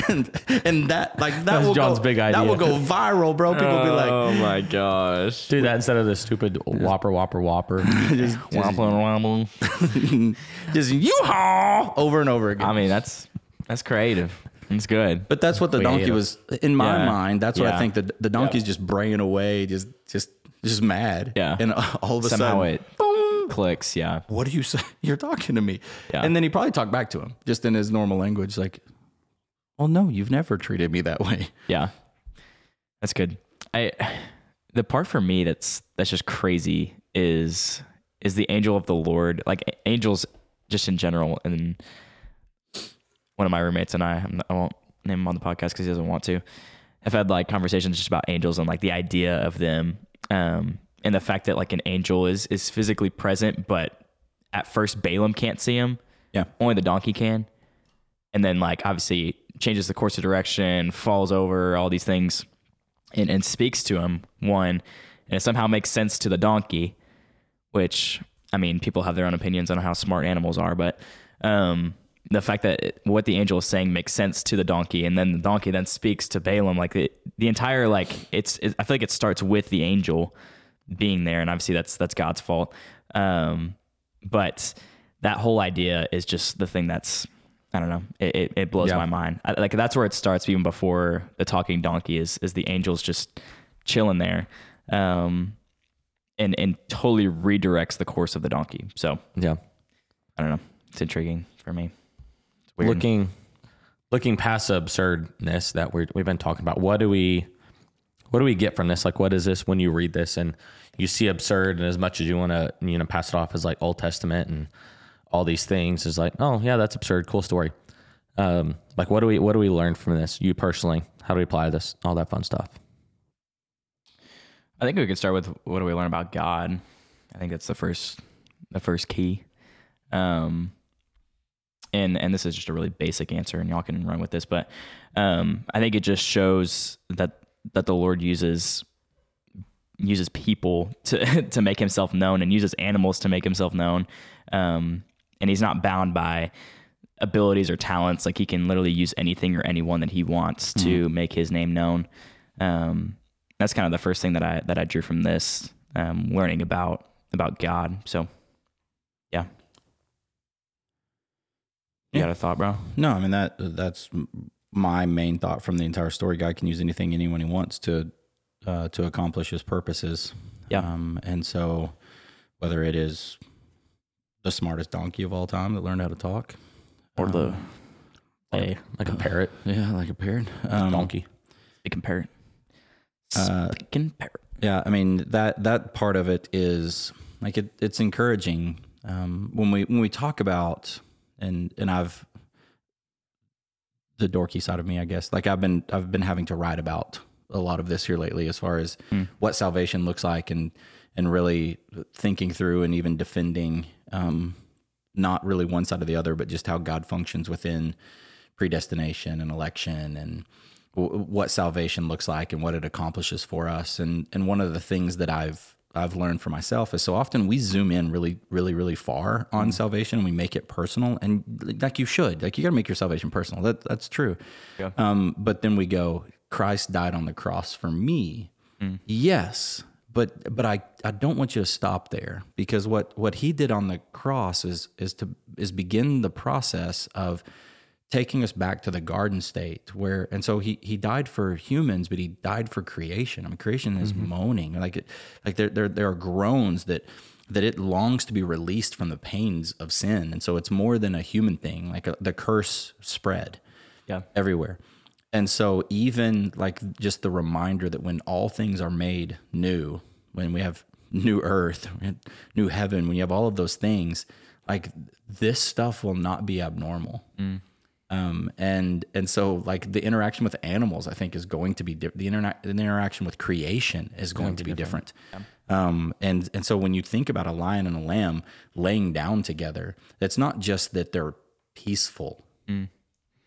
Speaker 3: and, [LAUGHS] and that like that
Speaker 2: That's
Speaker 3: will
Speaker 2: John's
Speaker 3: go,
Speaker 2: big
Speaker 3: That will
Speaker 2: idea.
Speaker 3: go viral, bro. People will be like,
Speaker 1: [LAUGHS] oh my
Speaker 2: [LAUGHS]
Speaker 1: gosh.
Speaker 2: Do that instead of the stupid whopper, whopper, whopper.
Speaker 3: just,
Speaker 1: Womble womble.
Speaker 3: just you-haw over and over again.
Speaker 1: I mean, that's that's creative. It's good.
Speaker 3: But that's what the
Speaker 2: We hate
Speaker 3: donkey
Speaker 2: him.
Speaker 3: was in my
Speaker 1: Yeah.
Speaker 3: mind. That's what
Speaker 1: Yeah.
Speaker 3: I think that the donkey's just braying away, just just just mad.
Speaker 1: Yeah.
Speaker 3: and uh, all of a
Speaker 1: Somehow
Speaker 3: sudden,
Speaker 1: it clicks. Yeah.
Speaker 3: what do you say? [LAUGHS] You're talking to me.
Speaker 1: Yeah.
Speaker 3: And then he probably talked back to him just in his normal language, like, "Well, no, you've never treated me that way." [LAUGHS]
Speaker 1: Yeah. That's good. I the part for me that's that's just crazy is is the angel of the Lord, like a- angels just in general and one of my roommates and I, I'm not- I won't name him on the podcast because he doesn't want to, have had like conversations just about angels and like the idea of them, um, and the fact that like an angel is is physically present, but at first Balaam can't see him,
Speaker 3: Yeah.
Speaker 1: only the donkey can, and then like obviously changes the course of direction, falls over, all these things, and and speaks to him one, and it somehow makes sense to the donkey, which I mean people have their own opinions on how smart animals are, but um, the fact that it- what the angel is saying makes sense to the donkey, and then the donkey then speaks to Balaam, like the the entire like it's it, I feel like it starts with the angel being there, and obviously that's that's God's fault, um, but that whole idea is just the thing that's I don't know. It, it, it blows
Speaker 2: Yeah.
Speaker 1: my mind. I, like that's where it starts, even before the talking donkey is is the angels just chilling there, um, and and totally redirects the course of the donkey. So
Speaker 2: [CLEARS THROAT] Yeah.
Speaker 1: I don't know. It's intriguing for me. It's weird.
Speaker 2: Looking looking past the absurdness that we're, we've been talking about. What do we what do we get from this? Like what is this when you read this and you see absurd and as much as you want to, you know, pass it off as like Old Testament and all these things is like, "Oh, yeah, that's absurd. Cool story." Um, like what do we what do we learn from this? You personally, how do we apply this? All that fun stuff.
Speaker 1: I think we could start with what do we learn about God? I think that's the first the first key. Um and and this is just a really basic answer and y'all can run with this, but um I think it just shows that that the Lord uses uses people to [LAUGHS] to make himself known and uses animals to make himself known. Um and he's not bound by abilities or talents. Like he can literally use anything or anyone that he wants to make his name known. Um, that's kind of the first thing that I that I drew from this um, learning about about God. So, yeah. You
Speaker 3: Yeah.
Speaker 1: got a thought, bro?
Speaker 3: No, I mean that that's m- my main thought from the entire story. God can use anything anyone he wants to uh, to accomplish his purposes.
Speaker 1: Yeah.
Speaker 3: Um, and so whether it is the smartest donkey of all time that learned how to talk,
Speaker 1: Or the
Speaker 3: um,
Speaker 1: hey,
Speaker 2: Like a parrot,
Speaker 3: yeah, like a parrot, um,
Speaker 2: donkey.
Speaker 1: speaking parrot,
Speaker 3: Uh,
Speaker 1: speaking parrot.
Speaker 3: Yeah, I mean that that part of it is like it, it's encouraging um, when we when we talk about and and I've the dorky side of me, I guess. Like I've been I've been having to write about a lot of this here lately, as far as what salvation looks like and and really thinking through and even defending um, not really one side or the other, but just how God functions within predestination and election and w- what salvation looks like and what it accomplishes for us. And and one of the things that I've I've learned for myself is so often we zoom in really, really, really far on salvation. and We make it personal, and like you should, like you got to make your salvation personal. That that's true. Um, but then we go, Christ died on the cross for me. Yes, but but I, I don't want you to stop there because what what he did on the cross is is to is begin the process of taking us back to the garden state where and so he he died for humans but he died for creation. I mean creation is moaning like it, like there there there are groans that that it longs to be released from the pains of sin and so it's more than a human thing like a, the curse spread
Speaker 1: Yeah.
Speaker 3: everywhere. And so even like just the reminder that when all things are made new, when we have new earth, [LAUGHS] new heaven, when you have all of those things, like this stuff will not be abnormal. Um, and and so like the interaction with animals, I think is going to be di- the, interna- the interaction with creation is going to be different. Um, and and so when you think about a lion and a lamb laying down together, it's not just that they're peaceful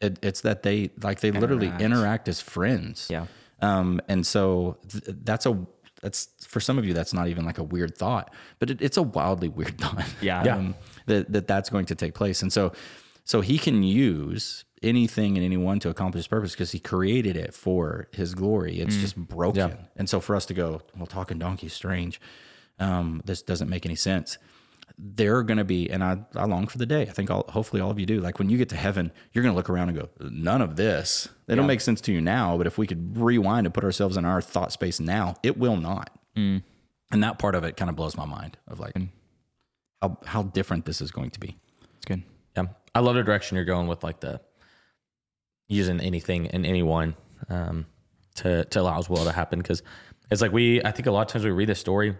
Speaker 3: it, it's that they like they literally Mm. interact as friends
Speaker 1: Yeah.
Speaker 3: um and so th- that's a that's for some of you that's not even like a weird thought but it, it's a wildly weird [LAUGHS] thought
Speaker 1: Yeah.
Speaker 3: um, that, that that's going to take place and so so he can use anything and anyone to accomplish his purpose because he created it for his glory. It's just broken. And so for us to go, well, talking donkey's strange. Um, this doesn't make any sense. There are going to be, and I, I long for the day. I think all, hopefully all of you do. Like when you get to heaven, you're going to look around and go, none of this. It don't make sense to you now, but if we could rewind and put ourselves in our thought space now, it will not. And that part of it kind of blows my mind of like how, how different this is going to be.
Speaker 1: It's good.
Speaker 2: Yeah. I love the direction you're going with like the using anything and anyone um, to to allow his will to happen because it's like we I think a lot of times we read this story,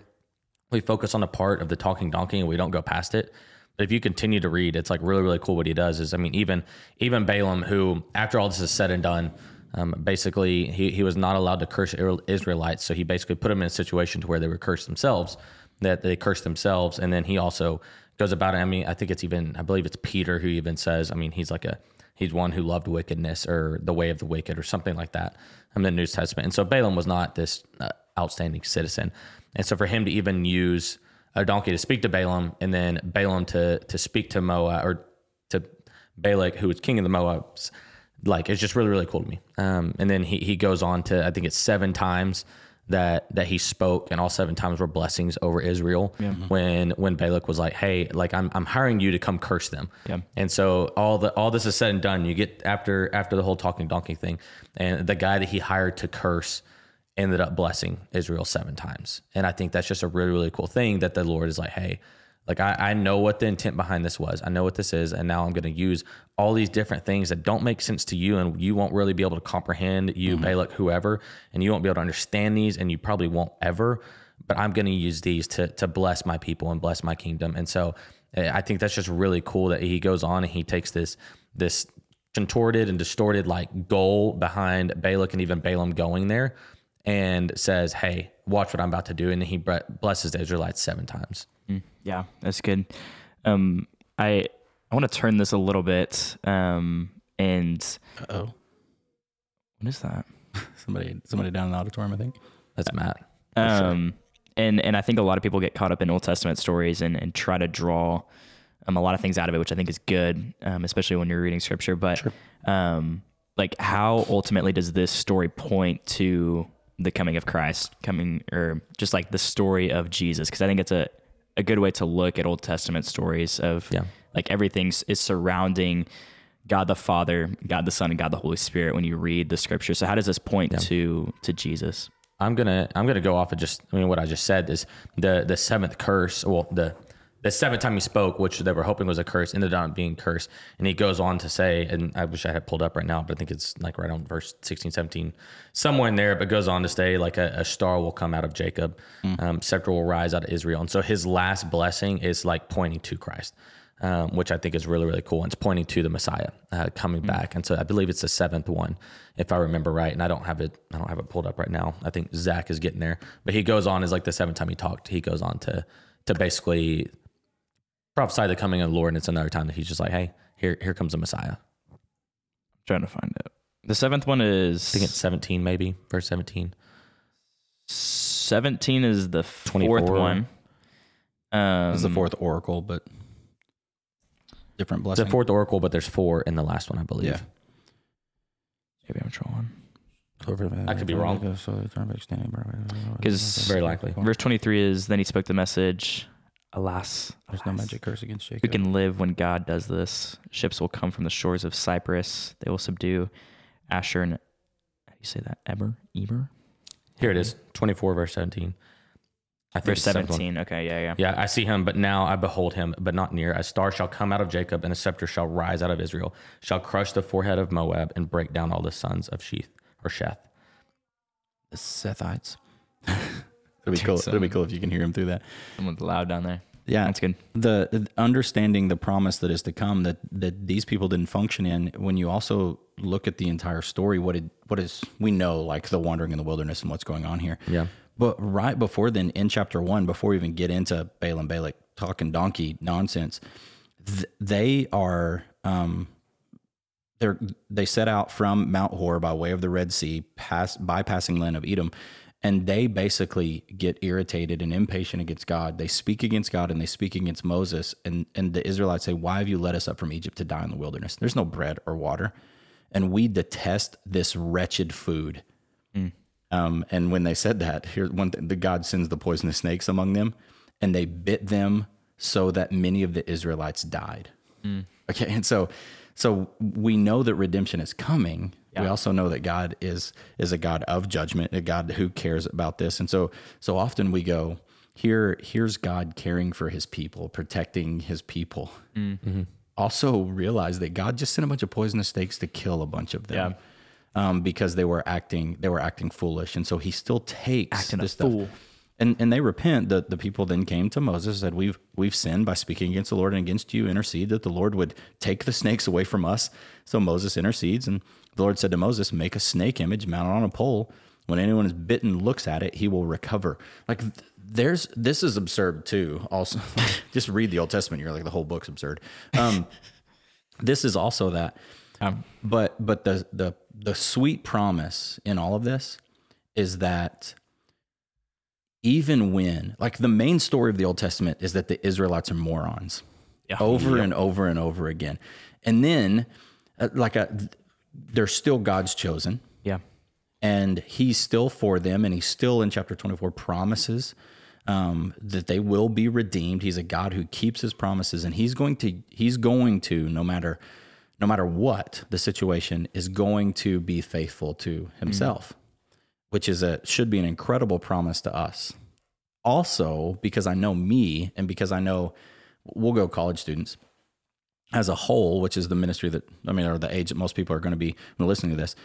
Speaker 2: we focus on the part of the talking donkey and we don't go past it. But if you continue to read, it's like really really cool what he does. Is I mean even even Balaam who after all this is said and done. Um, basically, he, he was not allowed to curse Israel- Israelites, so he basically put them in a situation to where they were cursed themselves, that they cursed themselves, and then he also goes about it. I mean, I think it's even, I believe it's Peter who even says, I mean, he's like a, he's one who loved wickedness or the way of the wicked or something like that in the New Testament. And so Balaam was not this uh, outstanding citizen. And so for him to even use a donkey to speak to Balaam and then Balaam to, to speak to Moab or to Balak, who was king of the Moabs, like it's just really, really cool to me. Um, and then he, he goes on to, I think it's seven times that that he spoke and all seven times were blessings over Israel when when Balak was like, Hey, like I'm I'm hiring you to come curse them.
Speaker 1: Yeah.
Speaker 2: And so all the all this is said and done. You get after after the whole talking donkey thing, and the guy that he hired to curse ended up blessing Israel seven times. And I think that's just a really, really cool thing that the Lord is like, hey, like I, I know what the intent behind this was. I know what this is. And now I'm gonna use all these different things that don't make sense to you and you won't really be able to comprehend, you, Balak, whoever, and you won't be able to understand these and you probably won't ever. But I'm gonna use these to to bless my people and bless my kingdom. And so eh, I think that's just really cool that he goes on and he takes this this contorted and distorted like goal behind Balak and even Balaam going there and says, Hey, watch what I'm about to do. And he bre- blesses the Israelites seven times.
Speaker 1: Yeah, that's good. Um, I I want to turn this a little bit. Um, and
Speaker 3: Uh-oh.
Speaker 1: what is that?
Speaker 3: Somebody, somebody down in the auditorium, I think.
Speaker 2: That's Matt.
Speaker 1: Um, and and I think a lot of people get caught up in Old Testament stories and and try to draw um, a lot of things out of it, which I think is good, um, especially when you're reading scripture. But um, like, how ultimately does this story point to the coming of Christ, coming or just like the story of Jesus? Because I think it's a a good way to look at Old Testament stories of
Speaker 2: Yeah.
Speaker 1: like everything's is surrounding God the Father, God the Son, and God the Holy Spirit when you read the scripture. So how does this point to to Jesus?
Speaker 2: I'm gonna I'm gonna go off of just I mean what I just said is the the seventh curse well the the seventh time he spoke which they were hoping was a curse ended up being cursed and he goes on to say and I wish I had pulled up right now but I think it's like right on verse 16 17 somewhere in there but goes on to say like a, a star will come out of Jacob um, scepter will rise out of Israel and so his last blessing is like pointing to Christ um, which I think is really, really cool. And it's pointing to the Messiah uh, coming back. And so I believe it's the seventh one, if I remember right. And I don't have it, I don't have it pulled up right now. I think Zach is getting there, but he goes on is like the seventh time he talked. He goes on to to basically prophesy the coming of the Lord. And it's another time that he's just like, hey, here here comes the Messiah. I
Speaker 1: trying to find it. The seventh one is
Speaker 2: think it's seventeen, maybe verse seventeen.
Speaker 1: seventeen. Is the fourth
Speaker 2: 24.
Speaker 1: one? Um,
Speaker 3: It's the fourth oracle, but different
Speaker 2: It's
Speaker 3: blessing.
Speaker 2: the fourth oracle, but there's four in the last one, I believe.
Speaker 3: Yeah.
Speaker 1: Maybe I'm trolling.
Speaker 2: I could be wrong.
Speaker 3: uh,
Speaker 1: Because
Speaker 2: Very likely.
Speaker 1: verse twenty three is then he spoke the message. Alas,
Speaker 3: There's no magic curse against Jacob.
Speaker 1: who can live when God does this? Ships will come from the shores of Cyprus. They will subdue Asher and how do you say that? Eber, Eber.
Speaker 2: Here it is, twenty four, verse seventeen. I think
Speaker 1: Verse
Speaker 2: it's the seventh one.
Speaker 1: seventeen. Okay, yeah, yeah.
Speaker 2: Yeah, I see him, but now I behold him, but not near. A star shall come out of Jacob, and a scepter shall rise out of Israel, shall crush the forehead of Moab, and break down all the sons of Sheath or Sheth.
Speaker 3: The Sethites. It'll be cool. It'll be cool if you can hear him through that.
Speaker 1: Someone's loud down there.
Speaker 3: Yeah,
Speaker 1: That's good.
Speaker 3: The, the understanding the promise that is to come that that these people didn't function in. When you also look at the entire story, what it what is we know like the wandering in the wilderness and what's going on here.
Speaker 2: Yeah.
Speaker 3: But right before then, in chapter one, before we even get into Balaam Balak talking donkey nonsense, th- they are um, they're, they set out from Mount Hor by way of the Red Sea, pass, bypassing land of Edom, And they basically get irritated and impatient against God. They speak against God and they speak against Moses. And, and the Israelites say, Why have you led us up from Egypt to die in the wilderness? There's no bread or water. And we detest this wretched food. Um, and when they said that, here one thing, the God sends the poisonous snakes among them, and they bit them so that many of the Israelites died. Okay, and so so we know that redemption is coming. We also know that God is is a God of judgment, a God who cares about this. And so so often we go here here's God caring for his people, protecting his people. Also realize that God just sent a bunch of poisonous snakes to kill a bunch of them um, because they were acting they were acting foolish, and so he still takes
Speaker 1: Acting a
Speaker 3: this stuff.
Speaker 1: fool.
Speaker 3: And and they repent. The the people then came to Moses and said, "We've we've sinned by speaking against the Lord and against you. Intercede that the Lord would take the snakes away from us." So Moses intercedes, and the Lord said to Moses, "Make a snake image mounted on a pole. When anyone is bitten, looks at it, he will recover." Like th- there's this is absurd too. Also, [LAUGHS] just read the Old Testament. You're like the whole book's absurd. Um, this is also that
Speaker 1: Um,
Speaker 3: but but the the the sweet promise in all of this is that even when like the main story of the Old Testament is that the Israelites are morons
Speaker 1: Yeah.
Speaker 3: over and over and over again, and then uh, like a, they're still God's chosen
Speaker 1: Yeah.
Speaker 3: and he's still for them and he's still in chapter 24 promises um, that they will be redeemed he's a god who keeps his promises and he's going to he's going to no matter no matter what the situation is going to be faithful to himself which is a should be an incredible promise to us also because i know me and because i know we'll go college students as a whole which is the ministry that i mean or the age that most people are going to be when listening to this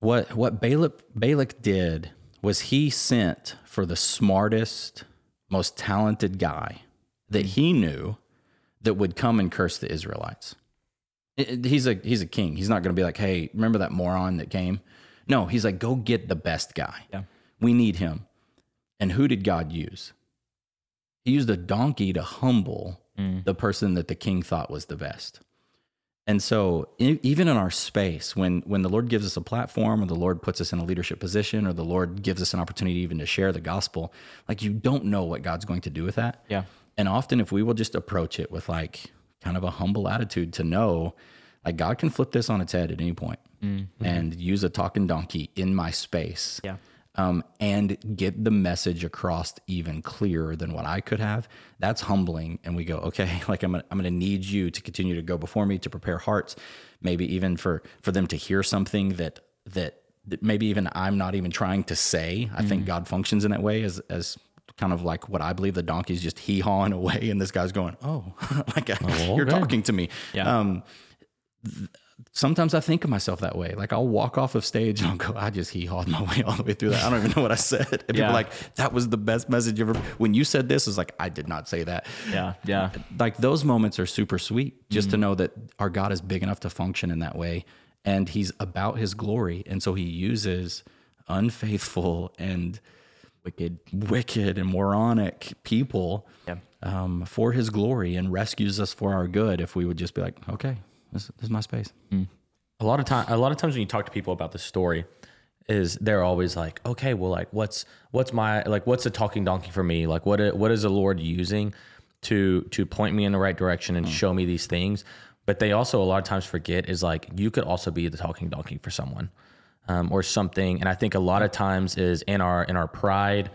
Speaker 3: what what Balak Balak did was he sent for the smartest, most talented guy
Speaker 1: Hmm.
Speaker 3: that he knew that would come and curse the Israelites. It- it- He's a he's a king. He's not going to be like, "Hey, remember that moron that came?" No, he's like, "Go get the best guy.
Speaker 1: Yeah.
Speaker 3: We need him." And who did God use? He used a donkey to humble
Speaker 1: Hmm.
Speaker 3: the person that the king thought was the best. And so, e- even in our space, when when the Lord gives us a platform, or the Lord puts us in a leadership position, or the Lord gives us an opportunity even to share the gospel, like you don't know what God's going to do with that.
Speaker 1: Yeah.
Speaker 3: And often, if we will just approach it with like kind of a humble attitude to know, like God can flip this on its head at any point and use a talking donkey in my space
Speaker 1: Yeah.
Speaker 3: um, and get the message across even clearer than what I could have. That's humbling. And we go, okay, [LAUGHS] like I'm gonna, I'm gonna need you to continue to go before me to prepare hearts, maybe even for for them to hear something that that, that maybe even I'm not even trying to say. I think God functions in that way as as kind of like what I believe the donkey's just hee hawing [LAUGHS] away, and this guy's going, oh, [LAUGHS] like you're talking to me.
Speaker 1: Yeah.
Speaker 3: Um, th- sometimes I think of myself that way. Like I'll walk off of stage and I'll go, I just hee hawed my [LAUGHS] way all the way through that. I don't even know what I said. And people
Speaker 1: Yeah.
Speaker 3: are like, that was the best message ever. When you said this, it's like, I did not say that.
Speaker 1: Yeah. Yeah.
Speaker 3: Like those moments are super sweet just
Speaker 1: Mm-hmm.
Speaker 3: to know that our God is big enough to function in that way and he's about his glory. And so he uses unfaithful and
Speaker 1: Wicked.
Speaker 3: wicked and moronic people
Speaker 1: Yeah.
Speaker 3: um, for his glory and rescues us for our good if we would just be like, okay, this, this is my space.
Speaker 2: a lot of time a lot of times when you talk to people about this story is they're always like okay well like what's what's my like what's a talking donkey for me like what what is the lord using to to point me in the right direction and show me these things but they also a lot of times forget is like you could also be the talking donkey for someone um, or something and i think a lot of times is in our in our pride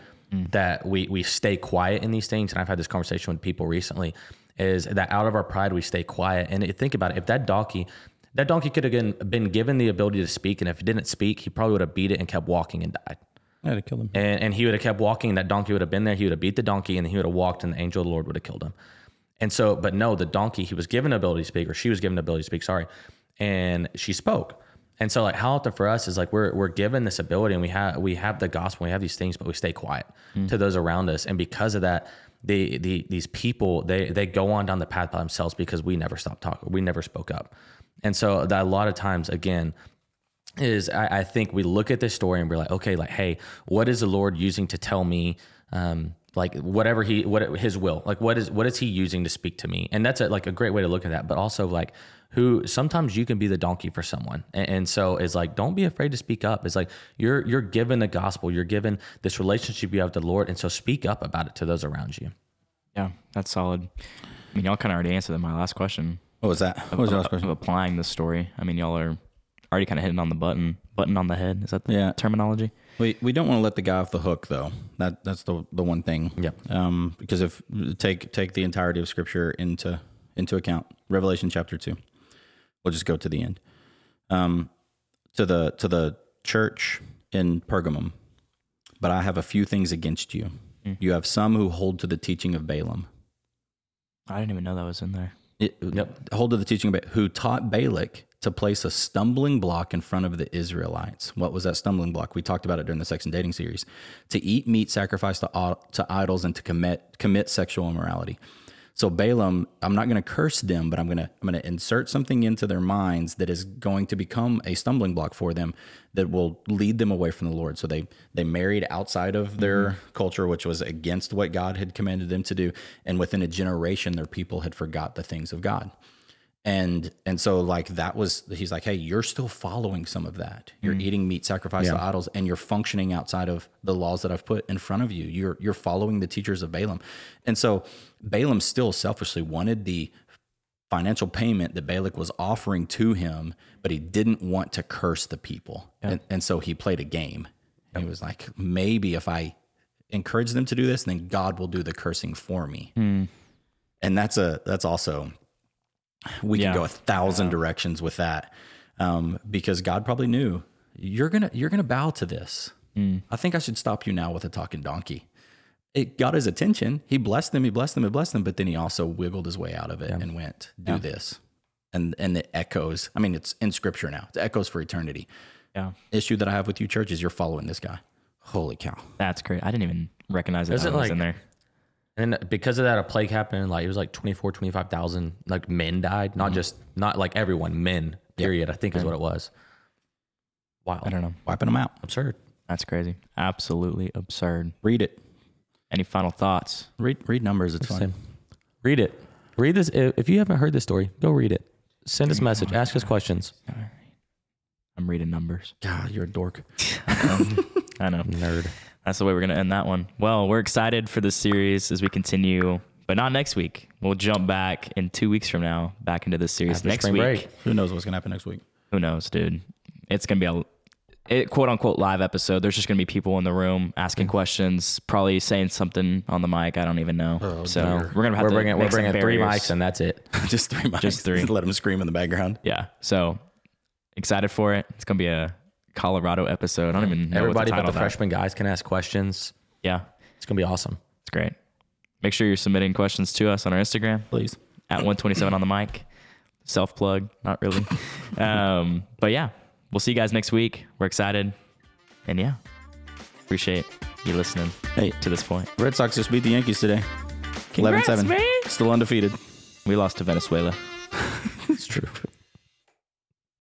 Speaker 2: that we we stay quiet in these things and i've had this conversation with people recently is that out of our pride we stay quiet and it, think about it if that donkey that donkey could have been- been given the ability to speak, and if he didn't speak, he probably would have beat it and kept walking and died.
Speaker 3: I had to kill him.
Speaker 2: And, and he would have kept walking. That donkey would have been there. He would have beat the donkey, and he would have walked, and the angel of the Lord would have killed him. And so, but no, the donkey he was given ability to speak, or she was given ability to speak. Sorry, and she spoke. And so, like how often for us is like we're we're given this ability, and we have we have the gospel, we have these things, but we stay quiet to those around us, and because of that. The, the these people they they go on down the path by themselves because we never stopped talking we never spoke up and so that a lot of times again is I, I think we look at this story and we're like, okay, like, hey, what is the Lord using to tell me? Um, like whatever he what his will like what is what is he using to speak to me and that's a, like a great way to look at that but also like who sometimes you can be the donkey for someone and, and so it's like don't be afraid to speak up it's like you're you're given the gospel you're given this relationship you have with the lord and so speak up about it to those around you
Speaker 1: Yeah, that's solid. I mean, y'all kind of already answered that my last question
Speaker 3: What was that? What was your last question?
Speaker 1: of applying this story. I mean, y'all are already kind of hitting on the button, button on the head. Is that the
Speaker 3: Yeah.
Speaker 1: terminology?
Speaker 3: We we don't want to let the guy off the hook though. That that's the the one thing.
Speaker 2: Yep.
Speaker 3: Um, because if take take the entirety of Scripture into into account, Revelation chapter two. We'll just go to the end. Um, to the to the church in Pergamum. But I have a few things against you. You have some who hold to the teaching of Balaam.
Speaker 1: I didn't even know that was in there.
Speaker 3: It-
Speaker 2: Yep.
Speaker 3: Hold to the teaching of Balaam, who taught Balak to place a stumbling block in front of the Israelites. What was that stumbling block? We talked about it during the sex and dating series. To eat meat sacrificed to, au- to idols and to commit commit sexual immorality. So Balaam, I'm not going to curse them, but I'm going to I'm going to insert something into their minds that is going to become a stumbling block for them that will lead them away from the Lord. So they they married outside of their culture which was against what God had commanded them to do, and within a generation their people had forgot the things of God and and so like that was he's like hey you're still following some of that you're eating meat sacrificed to idols and you're functioning outside of the laws that i've put in front of you you're you're following the teachers of balaam and so balaam still selfishly wanted the financial payment that balak was offering to him but he didn't want to curse the people and, and so he played a game And he was like maybe if i encourage them to do this then god will do the cursing for me
Speaker 1: Hmm.
Speaker 3: and that's a that's also we
Speaker 1: Yeah.
Speaker 3: can go a thousand directions with that um, because god probably knew you're gonna you're gonna bow to this
Speaker 1: Hmm.
Speaker 3: i think i should stop you now with a talking donkey it got his attention he blessed them he blessed them he blessed them but then he also wiggled his way out of it and went do this and and it echoes i mean it's in scripture now it echoes for eternity
Speaker 1: Yeah,
Speaker 3: issue that i have with you church is you're following this guy holy cow
Speaker 1: that's great. I didn't even recognize that,
Speaker 2: Is
Speaker 1: that
Speaker 2: it
Speaker 1: was
Speaker 2: like-
Speaker 1: in there.
Speaker 2: And then because of that, a plague happened. Like it was like 24, 25,000 like men died.
Speaker 1: Mm-hmm.
Speaker 2: Not just, not like everyone, men, period, I think is what it was. Wow.
Speaker 1: I don't know.
Speaker 3: wiping them out
Speaker 2: Absurd.
Speaker 1: That's crazy. Absolutely absurd.
Speaker 3: read it
Speaker 1: Any final thoughts?
Speaker 3: read read numbers it's fine
Speaker 2: Read it. Read this. If if you haven't heard this story, go read it. Send us a message. Ask us questions.
Speaker 1: I'm reading numbers.
Speaker 3: god you're a dork
Speaker 1: I know.
Speaker 2: Nerd.
Speaker 1: That's the way we're going to end that one. Well, we're excited for this series as we continue, but not next week. We'll jump back in two weeks from now, back into this series
Speaker 2: After
Speaker 1: next
Speaker 2: spring
Speaker 1: week.
Speaker 2: break.
Speaker 3: who knows what's gonna happen next week [LAUGHS]
Speaker 1: Who knows, dude? It's going to be a it, quote unquote live episode. There's just going to be people in the room asking questions, probably saying something on the mic. I don't even know. so we're going to have
Speaker 2: Oh, We're
Speaker 1: to
Speaker 2: bringing, we're
Speaker 1: make some
Speaker 2: bringing three
Speaker 1: barriers.
Speaker 2: mics and that's it.
Speaker 3: just three mics.
Speaker 1: Just three.
Speaker 3: [LAUGHS] Let them scream in the background.
Speaker 1: Yeah. So excited for it. It's going to be a Colorado episode. I don't even know
Speaker 2: Everybody
Speaker 1: what
Speaker 2: but
Speaker 1: the title
Speaker 2: the
Speaker 1: of that-
Speaker 2: freshman guys can ask questions.
Speaker 1: Yeah.
Speaker 2: It's going to be awesome.
Speaker 1: It's great. Make sure you're submitting questions to us on our Instagram
Speaker 3: Please.
Speaker 1: at 127 on the mic. Self plug, not really. um, but yeah, we'll see you guys next week. We're excited. And yeah, appreciate you listening
Speaker 3: Hey.
Speaker 1: to this point.
Speaker 3: Red Sox just beat the Yankees today. 11 7. Still undefeated.
Speaker 1: We lost to Venezuela.